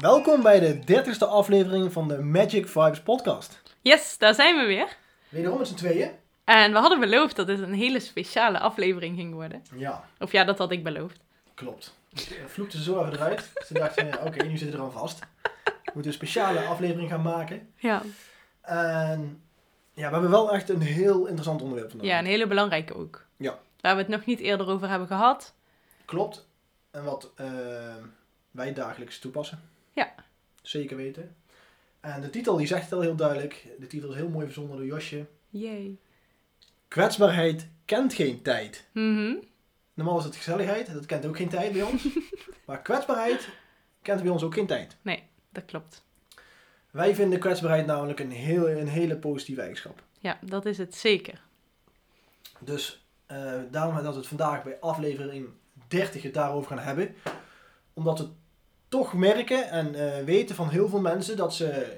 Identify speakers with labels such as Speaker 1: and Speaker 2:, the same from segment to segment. Speaker 1: Welkom bij de 30ste aflevering van de Magic Vibes podcast.
Speaker 2: Yes, daar zijn we weer.
Speaker 1: Wederom met z'n tweeën?
Speaker 2: En we hadden beloofd dat dit een hele speciale aflevering ging worden.
Speaker 1: Ja,
Speaker 2: Of ja, dat had ik beloofd.
Speaker 1: klopt. Ik vloekte zo even eruit. Ze dachten, oké, nu zitten we er aan vast. We moeten een speciale aflevering gaan maken.
Speaker 2: Ja.
Speaker 1: En ja, we hebben wel echt een heel interessant onderwerp vandaag.
Speaker 2: Ja, een hele belangrijke ook.
Speaker 1: Ja.
Speaker 2: Waar we het nog niet eerder over hebben gehad.
Speaker 1: Klopt. En wat eh, wij dagelijks toepassen.
Speaker 2: Ja.
Speaker 1: Zeker weten. En de titel, die zegt het al heel duidelijk. De titel is heel mooi verzonnen door Josje.
Speaker 2: Yay.
Speaker 1: Kwetsbaarheid kent geen tijd.
Speaker 2: Mhm.
Speaker 1: Normaal is het gezelligheid, dat kent ook geen tijd bij ons. maar kwetsbaarheid kent bij ons ook geen tijd.
Speaker 2: Dat klopt.
Speaker 1: Wij vinden kwetsbaarheid namelijk een, heel, een hele positieve eigenschap.
Speaker 2: Ja, dat is het zeker.
Speaker 1: Dus eh, daarom dat we het vandaag bij aflevering 30 het daarover gaan hebben. Omdat we toch merken en eh, weten van heel veel mensen dat ze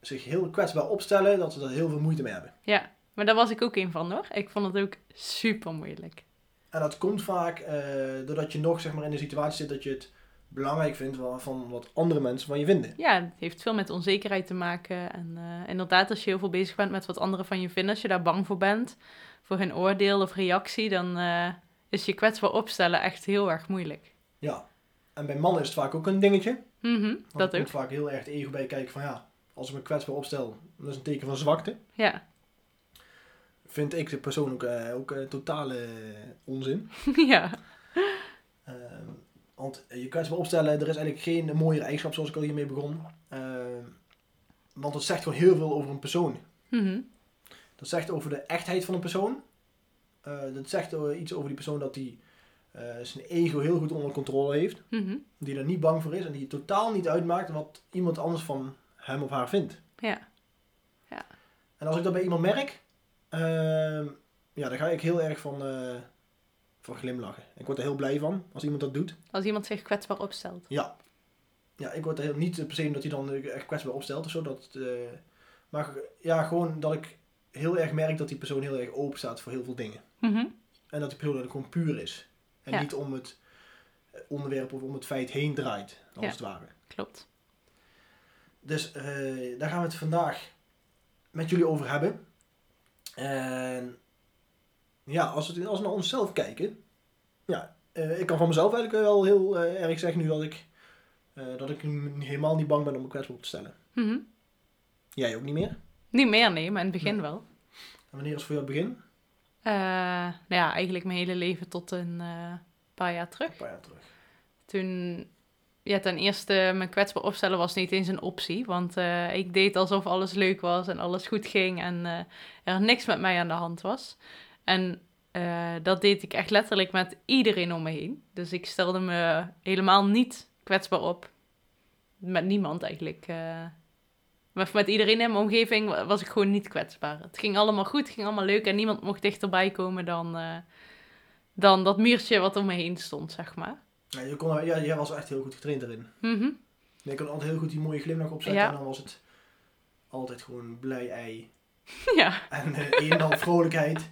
Speaker 1: zich heel kwetsbaar opstellen, dat ze daar heel veel moeite mee hebben.
Speaker 2: Ja, maar daar was ik ook een van hoor. Ik vond het ook super moeilijk.
Speaker 1: En dat komt vaak eh, doordat je nog zeg maar, in de situatie zit dat je het belangrijk vindt wa- van wat andere mensen van je vinden.
Speaker 2: Ja, het heeft veel met onzekerheid te maken. En eh, inderdaad, als je heel veel bezig bent met wat anderen van je vinden, als je daar bang voor bent, voor hun oordeel of reactie, dan eh, is je kwetsbaar opstellen echt heel erg moeilijk.
Speaker 1: Ja. En bij mannen is het vaak ook een dingetje. Want
Speaker 2: Mhm, dat
Speaker 1: er
Speaker 2: ook.
Speaker 1: komt vaak heel erg het ego bij kijken van ja, als ik me kwetsbaar opstel, dat is een teken van zwakte.
Speaker 2: Ja.
Speaker 1: Vind ik de persoon ook, eh, ook eh, totale onzin.
Speaker 2: ja.
Speaker 1: Ehm, want je kunt me opstellen, er is eigenlijk geen mooiere eigenschap zoals ik al hiermee begon. Ehm, want het zegt gewoon heel veel over een persoon.
Speaker 2: Mhm.
Speaker 1: Dat zegt over de echtheid van een persoon. Eh, dat zegt eh, iets over die persoon dat hij zijn ego heel goed onder controle heeft.
Speaker 2: Mhm.
Speaker 1: Die er niet bang voor is en die het totaal niet uitmaakt wat iemand anders van hem of haar vindt.
Speaker 2: Ja. Ja.
Speaker 1: En als ik dat bij iemand merk, ehm, ja, dan ga ik heel erg van, eh, van glimlachen. Ik word er heel blij van als iemand dat doet.
Speaker 2: Als iemand zich kwetsbaar opstelt.
Speaker 1: Ja. Ja, ik word er heel, niet per se omdat hij dan eh, echt kwetsbaar opstelt of zo. Dat, eh, maar ja, gewoon dat ik heel erg merk dat die persoon heel erg open staat voor heel veel dingen.
Speaker 2: Mhm.
Speaker 1: En dat die persoon er gewoon puur is. En
Speaker 2: Ja.
Speaker 1: niet om het eh, onderwerp of om het feit heen draait, als
Speaker 2: Ja.
Speaker 1: het ware.
Speaker 2: Klopt.
Speaker 1: Dus eh, daar gaan we het vandaag met jullie over hebben. En ja, als we, het- als we naar onszelf kijken. Ja, eh, ik kan van mezelf eigenlijk wel heel eh, erg zeggen nu dat ik, eh, dat ik m- helemaal niet bang ben om me kwetsbaar op te stellen.
Speaker 2: Mhm.
Speaker 1: Jij ook niet meer?
Speaker 2: Niet meer, nee, maar in het begin
Speaker 1: Nee.
Speaker 2: wel.
Speaker 1: En wanneer is voor jou het begin?
Speaker 2: Eh, nou ja, eigenlijk mijn hele leven tot een eh, paar jaar terug.
Speaker 1: Een paar jaar terug.
Speaker 2: toen, ja, ten eerste, mijn kwetsbaar opstellen was niet eens een optie. Want eh, ik deed alsof alles leuk was en alles goed ging en eh, er niks met mij aan de hand was. En eh, dat deed ik echt letterlijk met iedereen om me heen. Dus ik stelde me helemaal niet kwetsbaar op. Met niemand eigenlijk. eh. maar met iedereen in mijn omgeving wa- was ik gewoon niet kwetsbaar. Het ging allemaal goed, het ging allemaal leuk en niemand mocht dichterbij komen dan, eh, dan dat muurtje wat om me heen stond, zeg maar.
Speaker 1: Ja, je kon, ja, jij was echt heel goed getraind erin.
Speaker 2: Mhm.
Speaker 1: Je kon altijd heel goed die mooie glimlach opzetten
Speaker 2: Ja.
Speaker 1: en dan was het altijd gewoon blij ei.
Speaker 2: Ja,
Speaker 1: En eh, een en al vrolijkheid.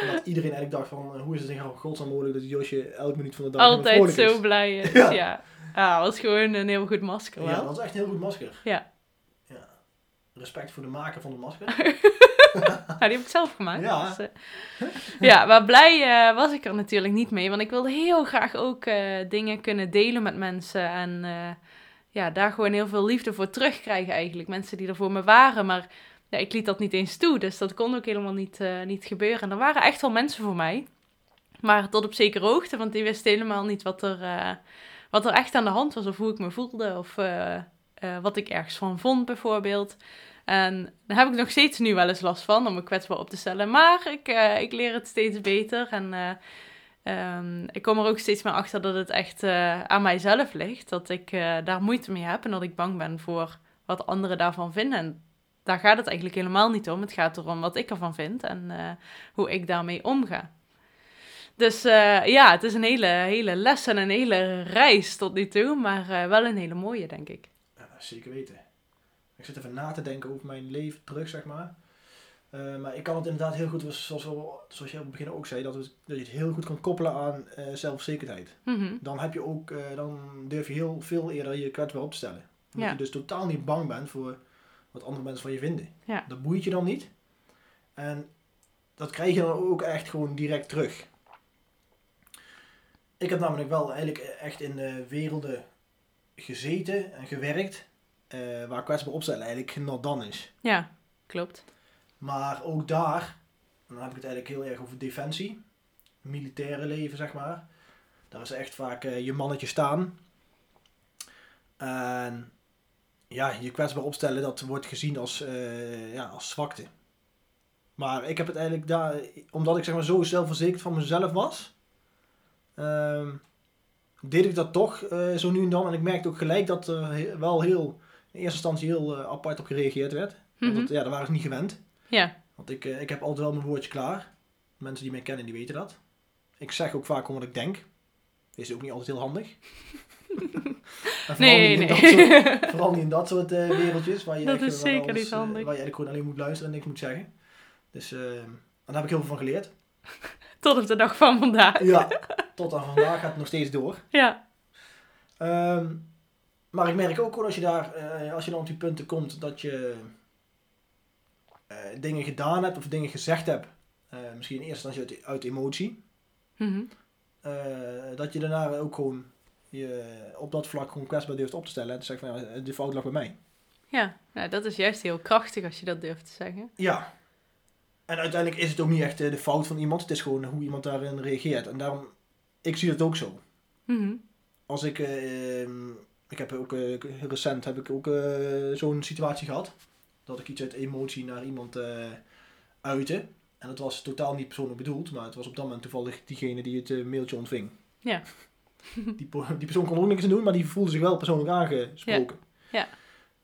Speaker 1: En dat iedereen eigenlijk dacht van, eh, hoe is het in godsnaam mogelijk dat Josje elke minuut van de dag helemaal
Speaker 2: altijd
Speaker 1: vrolijk
Speaker 2: zo blij is. Ja.
Speaker 1: Ja.
Speaker 2: ja. Ah, was gewoon een heel goed masker
Speaker 1: is? Ja,
Speaker 2: wel.
Speaker 1: dat is echt een heel goed masker.
Speaker 2: Ja.
Speaker 1: Ja. Respect voor de maker van de masker.
Speaker 2: Nou, die heb ik zelf gemaakt.
Speaker 1: Ja.
Speaker 2: Dus, eh, ja, maar blij eh, was ik er natuurlijk niet mee. Want ik wilde heel graag ook eh, dingen kunnen delen met mensen. En eh, ja, daar gewoon heel veel liefde voor terugkrijgen eigenlijk. Mensen die er voor me waren. Maar ja, ik liet dat niet eens toe. Dus dat kon ook helemaal niet, eh, niet gebeuren. En er waren echt wel mensen voor mij. Maar tot op zekere hoogte. Want die wisten helemaal niet wat er, eh, wat er echt aan de hand was. Of hoe ik me voelde. Of eh, eh, wat ik ergens van vond bijvoorbeeld. En daar heb ik nog steeds nu wel eens last van om me kwetsbaar op te stellen. Maar ik, eh, ik leer het steeds beter. En eh, Ehm, ik kom er ook steeds meer achter dat het echt eh, aan mijzelf ligt. Dat ik eh, daar moeite mee heb en dat ik bang ben voor wat anderen daarvan vinden. En daar gaat het eigenlijk helemaal niet om. Het gaat erom wat ik ervan vind en eh, hoe ik daarmee omga. Dus eh, ja, het is een hele, hele les en een hele reis tot nu toe, maar eh, wel een hele mooie, denk ik.
Speaker 1: Ja, zeker weten. Ik zit even na te denken over mijn leven terug, zeg maar. Eh, maar ik kan het inderdaad heel goed, zoals, we, zoals jij op het begin ook zei, dat, het, dat je het heel goed kan koppelen aan eh, zelfzekerheid.
Speaker 2: Mhm.
Speaker 1: Dan, heb je ook, eh, dan durf je heel veel eerder je kwetsbaar op te stellen. Omdat
Speaker 2: Ja.
Speaker 1: je dus totaal niet bang bent voor wat andere mensen van je vinden.
Speaker 2: Ja.
Speaker 1: Dat boeit je dan niet. En dat krijg je dan ook echt gewoon direct terug. Ik heb namelijk wel eigenlijk echt in eh, werelden gezeten en gewerkt eh, waar kwetsbaar opstellen eigenlijk not dan is.
Speaker 2: Ja, klopt.
Speaker 1: Maar ook daar, en dan heb ik het eigenlijk heel erg over defensie, militaire leven zeg maar. Daar is echt vaak eh, je mannetje staan. En ja, je kwetsbaar opstellen, dat wordt gezien als, eh, ja, als zwakte. Maar ik heb het eigenlijk daar, omdat ik zeg maar zo zelfverzekerd van mezelf was, ehm, deed ik dat toch eh, zo nu en dan. En ik merkte ook gelijk dat er he- wel heel, in eerste instantie heel eh, apart op gereageerd werd. Want
Speaker 2: Mhm.
Speaker 1: dat- ja, daar waren ze niet gewend.
Speaker 2: Ja,
Speaker 1: Want ik, eh, ik heb altijd wel mijn woordje klaar. Mensen die mij kennen, die weten dat. Ik zeg ook vaak gewoon wat ik denk. Is ook niet altijd heel handig. En vooral
Speaker 2: nee,
Speaker 1: niet in
Speaker 2: nee.
Speaker 1: dat soort- Vooral niet in dat soort eh, wereldjes waar je,
Speaker 2: Dat
Speaker 1: echt
Speaker 2: is
Speaker 1: wel
Speaker 2: zeker
Speaker 1: alles,
Speaker 2: niet
Speaker 1: eh,
Speaker 2: handig.
Speaker 1: waar je eigenlijk gewoon alleen moet luisteren en niks moet zeggen. Dus eh, en daar heb ik heel veel van geleerd.
Speaker 2: Tot op de dag van vandaag.
Speaker 1: Ja, tot aan vandaag gaat het nog steeds door.
Speaker 2: Ja,
Speaker 1: Ehm, maar ik merk ook gewoon als je daar, eh, als je dan op die punten komt, dat je eh, dingen gedaan hebt of dingen gezegd hebt. eh, misschien in eerste instantie uit, uit emotie.
Speaker 2: Mhm.
Speaker 1: Eh, dat je daarna ook gewoon je op dat vlak gewoon kwetsbaar durft op te stellen. En te zeggen van, ja, eh, de fout lag bij mij.
Speaker 2: ja. Nou, dat is juist heel krachtig als je dat durft te zeggen.
Speaker 1: Ja. En uiteindelijk is het ook niet echt eh, de fout van iemand. Het is gewoon hoe iemand daarin reageert. En daarom, ik zie dat ook zo.
Speaker 2: Mhm.
Speaker 1: Als ik, eh, ehm, ik heb ook, eh, recent heb ik ook eh, zo'n situatie gehad. Dat ik iets uit emotie naar iemand eh uitte. En dat was totaal niet persoonlijk bedoeld. Maar het was op dat moment toevallig diegene die het eh, mailtje ontving.
Speaker 2: Ja.
Speaker 1: Die, po- die persoon kon er ook niks aan doen, maar die voelde zich wel persoonlijk aangesproken.
Speaker 2: Ja, ja.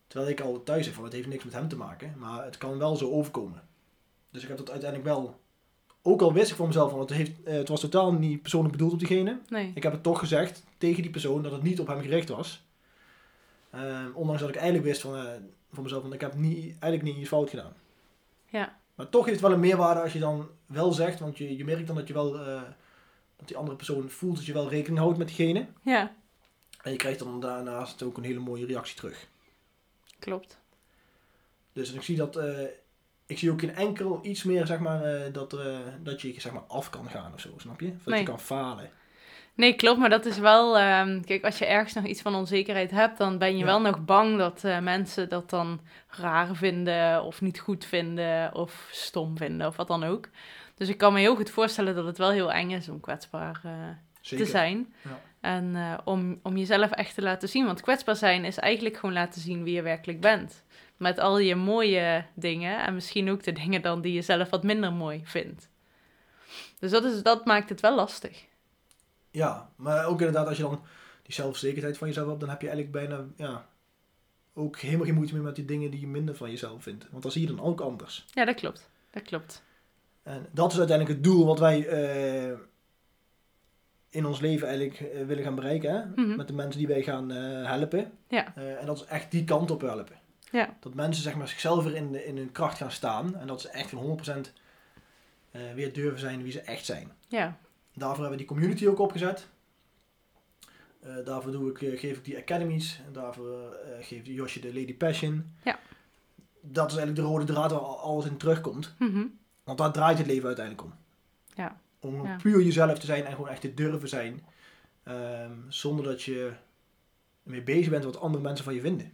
Speaker 1: Terwijl ik al thuis heb van, het heeft niks met hem te maken. Maar het kan wel zo overkomen. Dus ik heb dat uiteindelijk wel... Ook al wist ik van mezelf, van, het, heeft, eh, het was totaal niet persoonlijk bedoeld op diegene.
Speaker 2: Nee.
Speaker 1: Ik heb het toch gezegd tegen die persoon dat het niet op hem gericht was. Ehm, ondanks dat ik eigenlijk wist van, eh, van mezelf, want ik heb niet, eigenlijk niet iets fout gedaan.
Speaker 2: Ja.
Speaker 1: Maar toch heeft het wel een meerwaarde als je dan wel zegt, want je, je merkt dan dat je wel, eh, dat die andere persoon voelt dat je wel rekening houdt met diegene.
Speaker 2: Ja,
Speaker 1: En je krijgt dan daarnaast ook een hele mooie reactie terug.
Speaker 2: klopt.
Speaker 1: Dus ik zie dat, eh, ik zie ook in enkel iets meer, zeg maar, eh, dat, eh, dat je zeg maar af kan gaan of zo, snap je? Of dat
Speaker 2: Nee.
Speaker 1: je kan falen.
Speaker 2: Nee, klopt, maar dat is wel... ehm, kijk, als je ergens nog iets van onzekerheid hebt, dan ben je
Speaker 1: Ja.
Speaker 2: wel nog bang dat eh, mensen dat dan raar vinden of niet goed vinden of stom vinden of wat dan ook. Dus ik kan me heel goed voorstellen dat het wel heel eng is om kwetsbaar eh,
Speaker 1: Zeker.
Speaker 2: te zijn.
Speaker 1: Ja.
Speaker 2: En eh, om, om jezelf echt te laten zien. Want kwetsbaar zijn is eigenlijk gewoon laten zien wie je werkelijk bent. Met al je mooie dingen en misschien ook de dingen dan die je zelf wat minder mooi vindt. Dus dat, is, dat maakt het wel lastig.
Speaker 1: Ja, maar ook inderdaad, als je dan die zelfzekerheid van jezelf hebt, dan heb je eigenlijk bijna ja, ook helemaal geen moeite meer met die dingen die je minder van jezelf vindt. Want dan zie je dan ook anders.
Speaker 2: Ja, dat klopt. Dat klopt.
Speaker 1: En dat is uiteindelijk het doel wat wij eh, in ons leven eigenlijk eh, willen gaan bereiken. Hè?
Speaker 2: Mhm.
Speaker 1: Met de mensen die wij gaan eh, helpen.
Speaker 2: Ja.
Speaker 1: Eh, en dat is echt die kant op helpen.
Speaker 2: Ja.
Speaker 1: Dat mensen zeg maar, zichzelf weer in, in hun kracht gaan staan. En dat ze echt van 100% eh, weer durven zijn wie ze echt zijn.
Speaker 2: Ja.
Speaker 1: Daarvoor hebben we die community ook opgezet. Eh, daarvoor doe ik, eh, geef ik die academies. En daarvoor eh, geeft Josje de Lady Passion.
Speaker 2: Ja.
Speaker 1: Dat is eigenlijk de rode draad waar al- alles in terugkomt.
Speaker 2: Mhm.
Speaker 1: Want daar draait het leven uiteindelijk om.
Speaker 2: Ja.
Speaker 1: Om gewoon
Speaker 2: Ja.
Speaker 1: puur jezelf te zijn en gewoon echt te durven zijn. ehm, zonder dat je ermee bezig bent wat andere mensen van je vinden.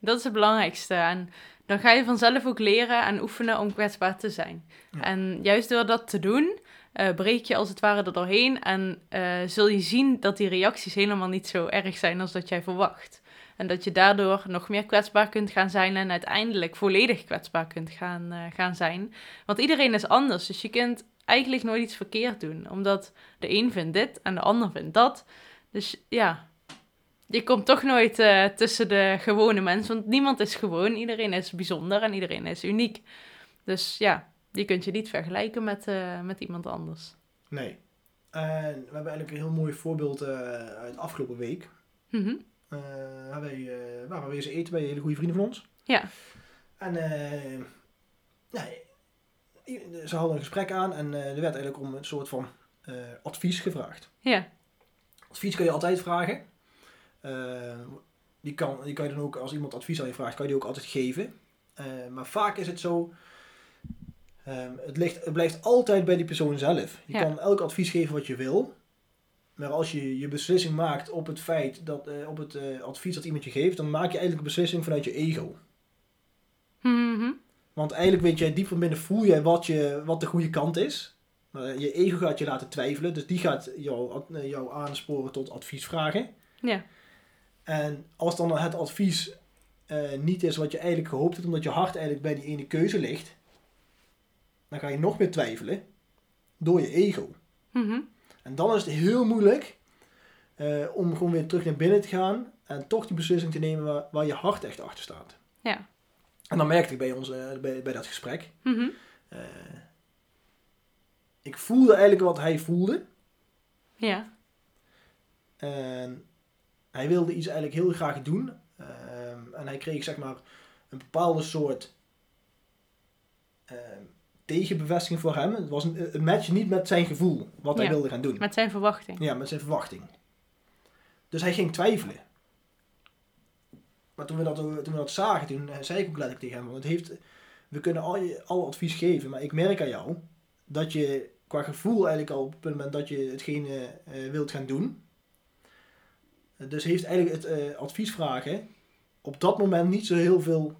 Speaker 2: Dat is het belangrijkste. En dan ga je vanzelf ook leren en oefenen om kwetsbaar te zijn.
Speaker 1: Ja.
Speaker 2: En juist door dat te doen, eh, breek je als het ware er doorheen en eh, zul je zien dat die reacties helemaal niet zo erg zijn als dat jij verwacht. En dat je daardoor nog meer kwetsbaar kunt gaan zijn en uiteindelijk volledig kwetsbaar kunt gaan, eh, gaan zijn. Want iedereen is anders, dus je kunt eigenlijk nooit iets verkeerd doen. Omdat de een vindt dit en de ander vindt dat. Dus ja, je komt toch nooit eh, tussen de gewone mensen. Want niemand is gewoon, iedereen is bijzonder en iedereen is uniek. Dus ja, je kunt je niet vergelijken met, eh, met iemand anders.
Speaker 1: Nee. En we hebben eigenlijk een heel mooi voorbeeld eh, uit de afgelopen week.
Speaker 2: Mhm.
Speaker 1: Eh, waar, wij, eh, waar we eens eten bij hele goede vrienden van ons.
Speaker 2: Ja.
Speaker 1: En eh, ja, i- ze hadden een gesprek aan en eh, er werd eigenlijk om een soort van eh, advies gevraagd.
Speaker 2: Ja.
Speaker 1: Advies kun je altijd vragen. Eh, die, kan, die kan je dan ook, als iemand advies aan je vraagt, kan je die ook altijd geven. Eh, maar vaak is het zo, ehm, het, ligt, het blijft altijd bij die persoon zelf. Je
Speaker 2: Ja.
Speaker 1: kan elk advies geven wat je wil. Maar als je je beslissing maakt op het feit dat, eh, op het eh, advies dat iemand je geeft, dan maak je eigenlijk een beslissing vanuit je ego.
Speaker 2: Mhm.
Speaker 1: Want eigenlijk weet jij diep van binnen voel jij wat, je, wat de goede kant is. Maar je ego gaat je laten twijfelen, dus die gaat jou, ad- eh, jou aansporen tot adviesvragen.
Speaker 2: Ja.
Speaker 1: En als dan het advies eh, niet is wat je eigenlijk gehoopt hebt, omdat je hart eigenlijk bij die ene keuze ligt, dan ga je nog meer twijfelen door je ego.
Speaker 2: Mhm.
Speaker 1: En dan is het heel moeilijk eh, om gewoon weer terug naar binnen te gaan en toch die beslissing te nemen waar, waar je hart echt achter staat.
Speaker 2: Ja.
Speaker 1: En dan merkte ik bij, ons, eh, bij, bij dat gesprek
Speaker 2: Mhm.
Speaker 1: eh, ik voelde eigenlijk wat hij voelde.
Speaker 2: Ja.
Speaker 1: En hij wilde iets eigenlijk heel graag doen. Ehm, en hij kreeg zeg maar een bepaalde soort ehm, tegenbevestiging voor hem. Het was een, een match niet met zijn gevoel, wat hij
Speaker 2: Ja.
Speaker 1: wilde gaan doen.
Speaker 2: Met zijn verwachting.
Speaker 1: Ja, met zijn verwachting. Dus hij ging twijfelen. Maar toen we dat, toen we dat zagen, toen eh, zei ik ook letterlijk tegen hem, want het heeft, we kunnen al, je- al advies geven, maar ik merk aan jou dat je qua gevoel eigenlijk al op het moment dat je hetgene eh, wilt gaan doen. Eh, Dus heeft eigenlijk het eh, advies vragen op dat moment niet zo heel veel,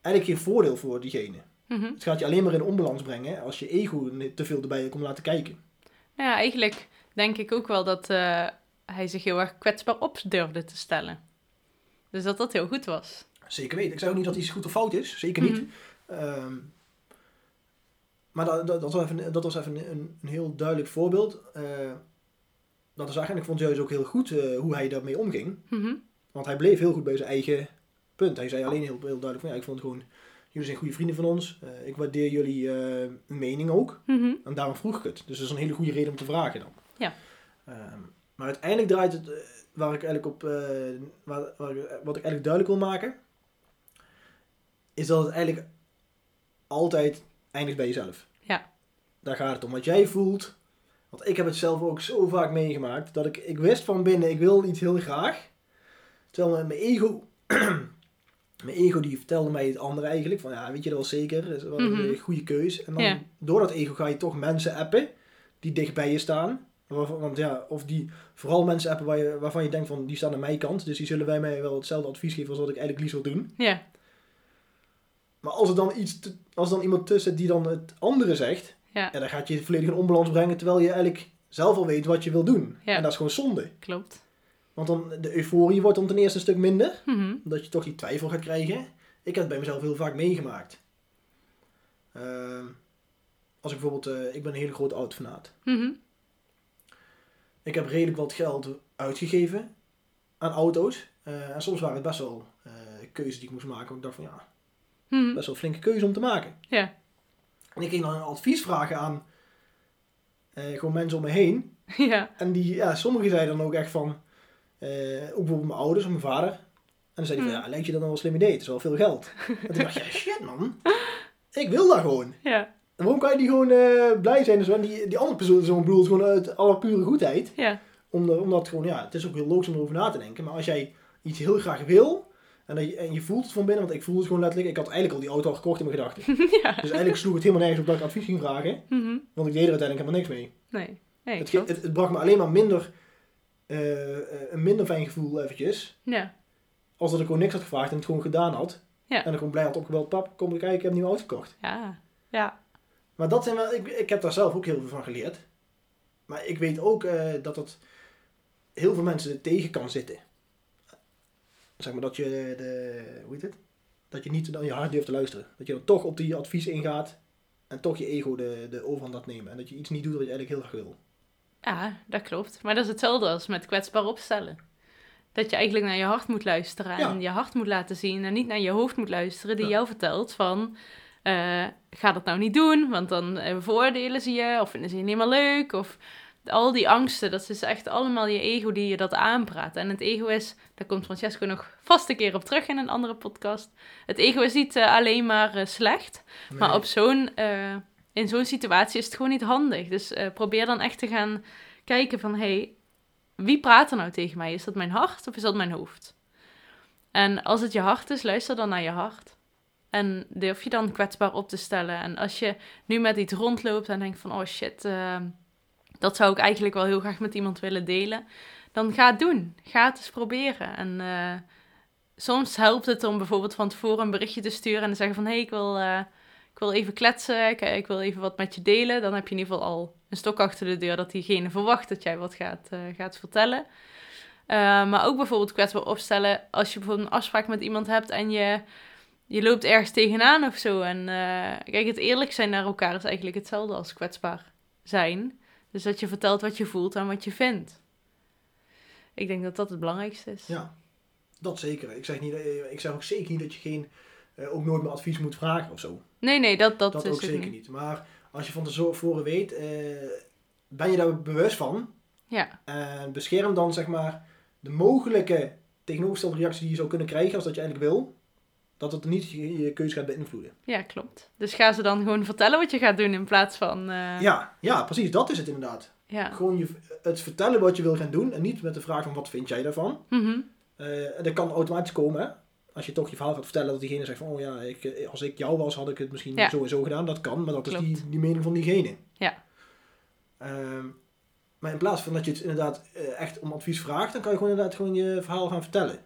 Speaker 1: eigenlijk geen voordeel voor diegene.
Speaker 2: Mhm.
Speaker 1: Het gaat je alleen maar in onbalans brengen als je ego te veel erbij komt laten kijken.
Speaker 2: Ja, eigenlijk denk ik ook wel dat eh, hij zich heel erg kwetsbaar op durfde te stellen. Dus dat dat heel goed was.
Speaker 1: Zeker weten. Ik zeg ook niet dat iets goed of fout is. Zeker niet.
Speaker 2: Mhm.
Speaker 1: Ehm, maar dat, dat, dat was even, dat was even een, een heel duidelijk voorbeeld. eh, dat is eigenlijk, en ik vond het juist ook heel goed eh, hoe hij daarmee omging.
Speaker 2: Mhm.
Speaker 1: Want hij bleef heel goed bij zijn eigen punt. Hij zei alleen heel, heel duidelijk van ja, ik vond gewoon, jullie zijn goede vrienden van ons. Eh, ik waardeer jullie eh, mening ook.
Speaker 2: Mhm.
Speaker 1: En daarom vroeg ik het. Dus dat is een hele goede reden om te vragen dan.
Speaker 2: Ja.
Speaker 1: Ehm, maar uiteindelijk draait het, eh, waar ik eigenlijk op, eh, waar, waar ik- wat ik eigenlijk duidelijk wil maken, is dat het eigenlijk altijd eindigt bij jezelf.
Speaker 2: Ja.
Speaker 1: Daar gaat het om wat jij voelt. Want ik heb het zelf ook zo vaak meegemaakt dat ik, ik wist van binnen, ik wil iets heel graag. Terwijl mijn- mijn ego, mijn ego die vertelde mij het andere eigenlijk. Van ja, weet je dat wel zeker, dat is wel een
Speaker 2: Mhm.
Speaker 1: eh, goede keus. En dan
Speaker 2: Ja.
Speaker 1: door dat ego ga je toch mensen appen die dicht bij je staan. Waarvan- Want ja, of die vooral mensen appen waar je, waarvan je denkt van die staan aan mijn kant. Dus die zullen wij mij wel hetzelfde advies geven als wat ik eigenlijk liefst wil doen.
Speaker 2: Ja.
Speaker 1: Maar als er dan, iets te- als er dan iemand tussen zit die dan het andere zegt,
Speaker 2: Ja.
Speaker 1: dan gaat je volledig in onbalans brengen terwijl je eigenlijk zelf al weet wat je wil doen.
Speaker 2: Ja.
Speaker 1: En dat is gewoon zonde.
Speaker 2: Klopt.
Speaker 1: Want dan, de euforie wordt dan ten eerste een stuk minder,
Speaker 2: Mhm.
Speaker 1: omdat je toch die twijfel gaat krijgen. Ik heb het bij mezelf heel vaak meegemaakt. Ehm, als ik bijvoorbeeld, eh, ik ben een hele grote autofanaat.
Speaker 2: Mhm.
Speaker 1: Ik heb redelijk wat geld uitgegeven aan auto's. Eh, en soms waren het best wel eh, keuzes die ik moest maken. want Ik dacht van ja,
Speaker 2: Mhm.
Speaker 1: best wel een flinke keuze om te maken.
Speaker 2: Ja.
Speaker 1: En ik ging dan een advies vragen aan eh, gewoon mensen om me heen.
Speaker 2: Ja.
Speaker 1: En die, ja, sommigen zeiden dan ook echt van, eh, ook bijvoorbeeld mijn ouders of mijn vader. En dan zeiden die
Speaker 2: Hmm.
Speaker 1: van, ja, lijkt je dat nou wel een slim idee? Het is wel veel geld. En toen dacht ik, ja, shit man, ik wil dat gewoon.
Speaker 2: Ja.
Speaker 1: En waarom kan je die gewoon eh, blij zijn? en zo? En die, die andere persoon zo bedoelt gewoon uit alle pure goedheid.
Speaker 2: Ja.
Speaker 1: Om- Omdat gewoon, ja, het is ook heel logisch om erover na te denken. Maar als jij iets heel graag wil, en, dat je, en je voelt het van binnen, want ik voel het gewoon letterlijk. Ik had eigenlijk al die auto al gekocht in mijn gedachten.
Speaker 2: Ja.
Speaker 1: Dus eigenlijk sloeg het helemaal nergens op dat ik advies ging vragen.
Speaker 2: Mhm.
Speaker 1: Want ik deed er uiteindelijk helemaal niks mee.
Speaker 2: Nee. Nee.
Speaker 1: Het, ge-
Speaker 2: klopt.
Speaker 1: het, het bracht me alleen maar minder, eh, eh, een minder fijn gevoel eventjes.
Speaker 2: Ja.
Speaker 1: Als dat ik gewoon niks had gevraagd en het gewoon gedaan had.
Speaker 2: Ja.
Speaker 1: En ik gewoon blij had opgebeld. Pap, kom maar kijken, ik heb een nieuwe auto gekocht.
Speaker 2: Ja. Ja.
Speaker 1: Maar dat zijn wel, ik, ik heb daar zelf ook heel veel van geleerd. Maar ik weet ook eh, dat dat heel veel mensen er tegen kan zitten. Zeg maar dat je, de, hoe heet het? Dat je niet naar je hart durft te luisteren. Dat je dan toch op die advies ingaat. En toch je ego de, de overhand laat nemen. En dat je iets niet doet wat je eigenlijk heel graag wil.
Speaker 2: Ja, dat klopt. Maar dat is hetzelfde als met kwetsbaar opstellen. Dat je eigenlijk naar je hart moet luisteren en je hart moet laten zien en niet naar je hoofd moet luisteren die
Speaker 1: Ja.
Speaker 2: jou vertelt van eh, ga dat nou niet doen, want dan eh, veroordelen ze je of vinden ze je niet meer leuk of al die angsten, dat is echt allemaal je ego die je dat aanpraat. En het ego is, daar komt Francesco nog vast een keer op terug in een andere podcast. Het ego is niet eh, alleen maar eh, slecht, maar op zo'n, eh, in zo'n situatie is het gewoon niet handig. Dus eh, probeer dan echt te gaan kijken van... hey, wie praat er nou tegen mij? Is dat mijn hart of is dat mijn hoofd? En als het je hart is, luister dan naar je hart. En durf je dan kwetsbaar op te stellen. En als je nu met iets rondloopt en denkt van... oh shit, eh, dat zou ik eigenlijk wel heel graag met iemand willen delen... dan ga het doen. Ga het eens proberen. En... eh, Soms helpt het om bijvoorbeeld van tevoren een berichtje te sturen en te zeggen van hé, hey, ik wil eh, ik wil even kletsen, ik, ik wil even wat met je delen. Dan heb je in ieder geval al een stok achter de deur dat diegene verwacht dat jij wat gaat, eh, gaat vertellen. Eh, maar ook bijvoorbeeld kwetsbaar opstellen als je bijvoorbeeld een afspraak met iemand hebt en je, je loopt ergens tegenaan of zo. En eh, kijk, het eerlijk zijn naar elkaar is eigenlijk hetzelfde als kwetsbaar zijn. Dus dat je vertelt wat je voelt en wat je vindt. Ik denk dat dat het belangrijkste is.
Speaker 1: Ja, dat zeker. Ik zeg, niet, eh, ik zeg ook zeker niet dat je geen, eh, ook nooit meer advies moet vragen of zo.
Speaker 2: Nee, nee, dat, dat,
Speaker 1: Dat,
Speaker 2: is
Speaker 1: ook
Speaker 2: het
Speaker 1: zeker
Speaker 2: niet.
Speaker 1: niet. Maar als je van tevoren weet, eh, ben je daar bewust van.
Speaker 2: Ja,
Speaker 1: En bescherm dan zeg maar de mogelijke tegenovergestelde reactie die je zou kunnen krijgen als dat je eigenlijk wil. Dat het niet je, je keuze gaat beïnvloeden.
Speaker 2: ja, klopt. Dus ga ze dan gewoon vertellen wat je gaat doen in plaats van... eh,
Speaker 1: Ja, ja, precies. Dat is het inderdaad.
Speaker 2: Ja.
Speaker 1: Gewoon je, het vertellen wat je wil gaan doen en niet met de vraag van wat vind jij daarvan.
Speaker 2: Mhm.
Speaker 1: Eh, en dat kan automatisch komen, hè? Als je toch je verhaal gaat vertellen dat diegene zegt van... Oh ja, ik, eh, als ik jou was, had ik het misschien
Speaker 2: Ja.
Speaker 1: zo en zo gedaan. Dat kan, maar dat
Speaker 2: Klopt.
Speaker 1: is die, die mening van diegene.
Speaker 2: Ja.
Speaker 1: Ehm, maar in plaats van dat je het inderdaad eh, echt om advies vraagt... dan kan je gewoon inderdaad gewoon je verhaal gaan vertellen.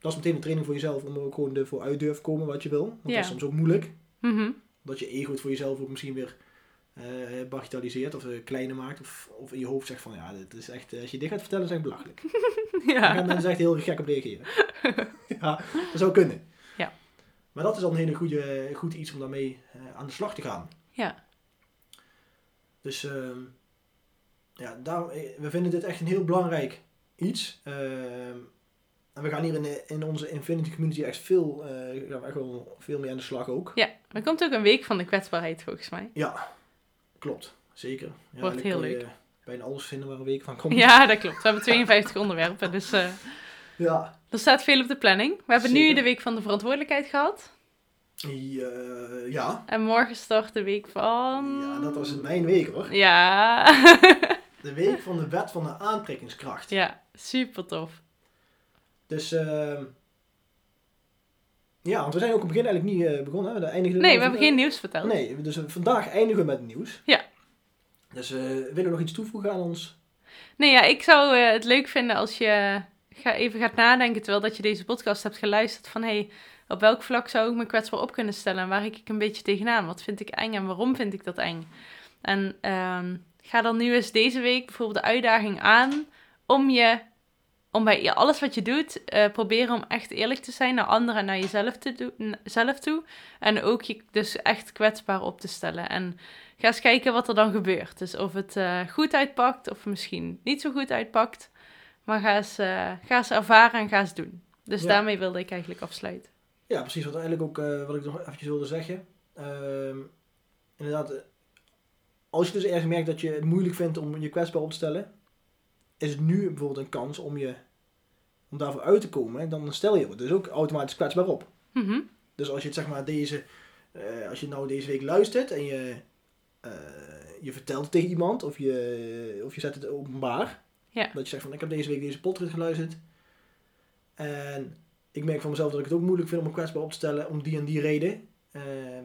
Speaker 1: Dat is meteen een training voor jezelf om er ook gewoon ervoor uit durf komen wat je wil. Want
Speaker 2: Ja.
Speaker 1: dat is soms ook moeilijk.
Speaker 2: Mhm.
Speaker 1: Dat je ego het voor jezelf ook misschien weer eh bagatelliseert of eh, kleiner maakt. Of, of in je hoofd zegt van... Ja, dit is echt, eh, als je dit gaat vertellen, is het echt belachelijk. Daar
Speaker 2: Ja.
Speaker 1: gaan mensen echt heel gek op reageren. ja, dat zou kunnen.
Speaker 2: Ja.
Speaker 1: Maar dat is dan een hele goede, goed iets om daarmee eh, aan de slag te gaan.
Speaker 2: Ja.
Speaker 1: Dus ehm, ja, daarom, eh, we vinden dit echt een heel belangrijk iets. Ehm, en we gaan hier in, de- in onze Infinity Community echt veel, eh, gaan we echt wel veel mee aan de slag ook.
Speaker 2: ja. Er komt ook een week van de kwetsbaarheid volgens mij.
Speaker 1: Ja, klopt. Zeker. Ja, eigenlijk
Speaker 2: heel
Speaker 1: kan je
Speaker 2: leuk.
Speaker 1: Bijna alles vinden waar een week van komt.
Speaker 2: Ja, dat klopt. We hebben 52 onderwerpen, dus eh,
Speaker 1: ja.
Speaker 2: er staat veel op de planning. We hebben nu
Speaker 1: Zeker.
Speaker 2: de week van de verantwoordelijkheid gehad.
Speaker 1: Ja, eh, ja.
Speaker 2: En morgen start de week van...
Speaker 1: ja, dat was mijn week hoor.
Speaker 2: Ja.
Speaker 1: De week van de wet van de aantrekkingskracht.
Speaker 2: ja, super tof.
Speaker 1: Dus ehm ja, want we zijn ook op het begin eigenlijk niet eh, begonnen. hè? We eindigen
Speaker 2: Nee, we hebben geen nieuws verteld.
Speaker 1: Nee, dus vandaag eindigen we met nieuws.
Speaker 2: Ja.
Speaker 1: Dus eh, willen we nog iets toevoegen aan ons?
Speaker 2: Nee, ja, ik zou eh, het leuk vinden als je eh, ga even gaat nadenken terwijl dat je deze podcast hebt geluisterd van hey, op welk vlak zou ik me kwetsbaar op kunnen stellen en waar ik ik een beetje tegenaan? Wat vind ik eng en waarom vind ik dat eng? En ehm, ga dan nu eens deze week bijvoorbeeld de uitdaging aan om je om bij je- alles wat je doet, eh, proberen om echt eerlijk te zijn naar anderen en naar jezelf te doen, zelf toe. En ook je dus echt kwetsbaar op te stellen. En ga eens kijken wat er dan gebeurt. Dus of het eh, goed uitpakt of misschien niet zo goed uitpakt. Maar ga eens, eh, ga eens ervaren en ga eens doen. Dus
Speaker 1: Ja.
Speaker 2: daarmee wilde ik eigenlijk afsluiten.
Speaker 1: Ja, precies. Wat eigenlijk ook eh, wat ik nog eventjes wilde zeggen. Ehm, inderdaad, eh, als je dus ergens merkt dat je het moeilijk vindt om je kwetsbaar op te stellen, is het nu bijvoorbeeld een kans om, je, om daarvoor uit te komen. En dan stel je het dus ook automatisch kwetsbaar op.
Speaker 2: Mhm.
Speaker 1: Dus als je het zeg maar deze, eh, als je nou deze week luistert en je, eh, je vertelt het tegen iemand of je, of je zet het openbaar.
Speaker 2: Ja.
Speaker 1: Dat je zegt van ik heb deze week deze podcast geluisterd. En ik merk van mezelf dat ik het ook moeilijk vind om me kwetsbaar op te stellen om die en die reden. Ehm,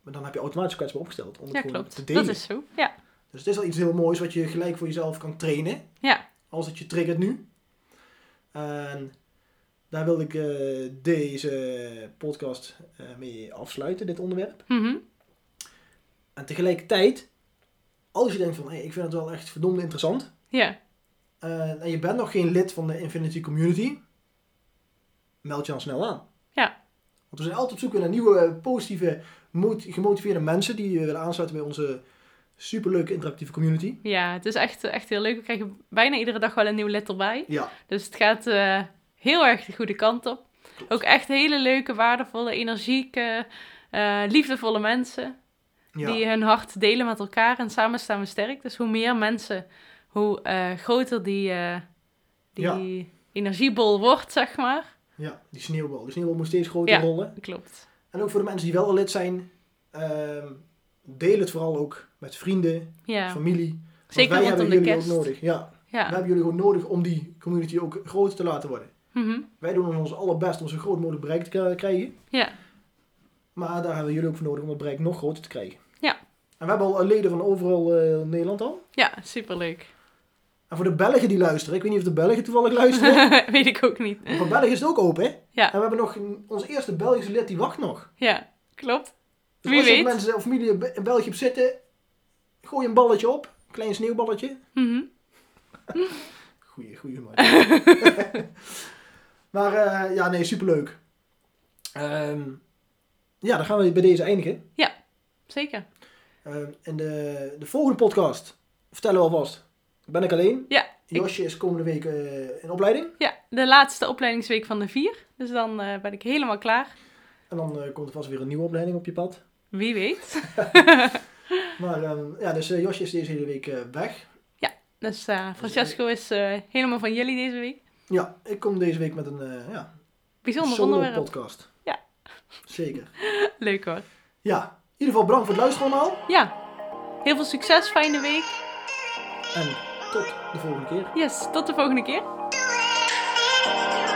Speaker 1: maar dan heb je automatisch kwetsbaar opgesteld om het
Speaker 2: Ja,
Speaker 1: gewoon te
Speaker 2: klopt.
Speaker 1: delen.
Speaker 2: Dat is zo. Ja.
Speaker 1: Dus het is al iets heel moois wat je gelijk voor jezelf kan trainen.
Speaker 2: Ja.
Speaker 1: Als het je triggert nu. En daar wil ik eh, deze podcast eh, mee afsluiten, dit onderwerp.
Speaker 2: Mhm.
Speaker 1: En tegelijkertijd, als je denkt van, hey, ik vind het wel echt verdomd interessant.
Speaker 2: Ja.
Speaker 1: eh, en je bent nog geen lid van de Infinity Community. Meld je dan snel aan.
Speaker 2: Ja.
Speaker 1: Want Want we zijn altijd op zoek weer naar nieuwe, eh, positieve, mot- gemotiveerde mensen die eh, willen aansluiten bij onze superleuke interactieve community.
Speaker 2: Ja, het is echt, echt heel leuk. We krijgen bijna iedere dag wel een nieuw lid erbij.
Speaker 1: Ja,
Speaker 2: Dus het gaat eh, heel erg de goede kant op.
Speaker 1: Klopt.
Speaker 2: Ook echt hele leuke, waardevolle, energieke, eh, liefdevolle mensen.
Speaker 1: ja.
Speaker 2: Die hun hart delen met elkaar en samen staan we sterk. Dus hoe meer mensen, hoe eh, groter die, eh, die energiebol wordt, zeg maar.
Speaker 1: ja die sneeuwbal. Die sneeuwbal moet steeds groter
Speaker 2: Ja.
Speaker 1: rollen.
Speaker 2: Klopt.
Speaker 1: En ook voor de mensen die wel al lid zijn, ehm, deel het vooral ook met vrienden,
Speaker 2: Ja,
Speaker 1: familie. Want
Speaker 2: zeker
Speaker 1: wij
Speaker 2: rondom
Speaker 1: hebben
Speaker 2: de
Speaker 1: jullie
Speaker 2: kerst.
Speaker 1: ook nodig. Ja, we
Speaker 2: Ja.
Speaker 1: hebben jullie gewoon nodig om die community ook groter te laten worden.
Speaker 2: Mhm.
Speaker 1: Wij doen ons allerbest om zo groot mogelijk bereik te k- krijgen.
Speaker 2: Ja.
Speaker 1: Maar daar hebben jullie ook voor nodig om het bereik nog groter te krijgen.
Speaker 2: Ja.
Speaker 1: En we hebben al leden van overal eh, Nederland al.
Speaker 2: ja, superleuk.
Speaker 1: En voor de Belgen die luisteren, ik weet niet of de Belgen toevallig luisteren.
Speaker 2: Weet ik ook niet.
Speaker 1: maar voor Belgen is het ook open, hè?
Speaker 2: Ja.
Speaker 1: En we hebben nog een- ons eerste Belgische lid die wacht nog.
Speaker 2: Ja, klopt.
Speaker 1: Dus
Speaker 2: Wie
Speaker 1: als je
Speaker 2: weet.
Speaker 1: op mensen of familie in Be- in België hebt zitten, gooi een balletje op. Een klein sneeuwballetje.
Speaker 2: Mhm.
Speaker 1: Goeie, goeie man. maar eh, ja, nee, superleuk. Ehm, ja, dan gaan we bij deze eindigen.
Speaker 2: Zeker.
Speaker 1: Ehm, in de, de volgende podcast, vertellen we alvast, ben ik alleen.
Speaker 2: Ja, ik-
Speaker 1: Josje is komende week eh, in opleiding.
Speaker 2: Ja, de laatste opleidingsweek van de vier. Dus dan eh, ben ik helemaal klaar.
Speaker 1: En dan eh, komt er vast weer een nieuwe opleiding op je pad.
Speaker 2: Wie weet.
Speaker 1: Maar ehm, ja, dus eh, Josje is deze hele week eh, weg.
Speaker 2: Dus eh, Francesco is eh, helemaal van jullie deze week.
Speaker 1: Ja, ik kom deze week met een eh, ja,
Speaker 2: Bijzonder
Speaker 1: solo
Speaker 2: onderwerp.
Speaker 1: podcast.
Speaker 2: Ja.
Speaker 1: Zeker.
Speaker 2: Leuk hoor.
Speaker 1: Ja, in ieder geval bedankt voor het luisteren allemaal.
Speaker 2: Ja, heel veel succes, fijne week.
Speaker 1: En tot de volgende keer.
Speaker 2: Yes, tot de volgende keer.
Speaker 3: Do it.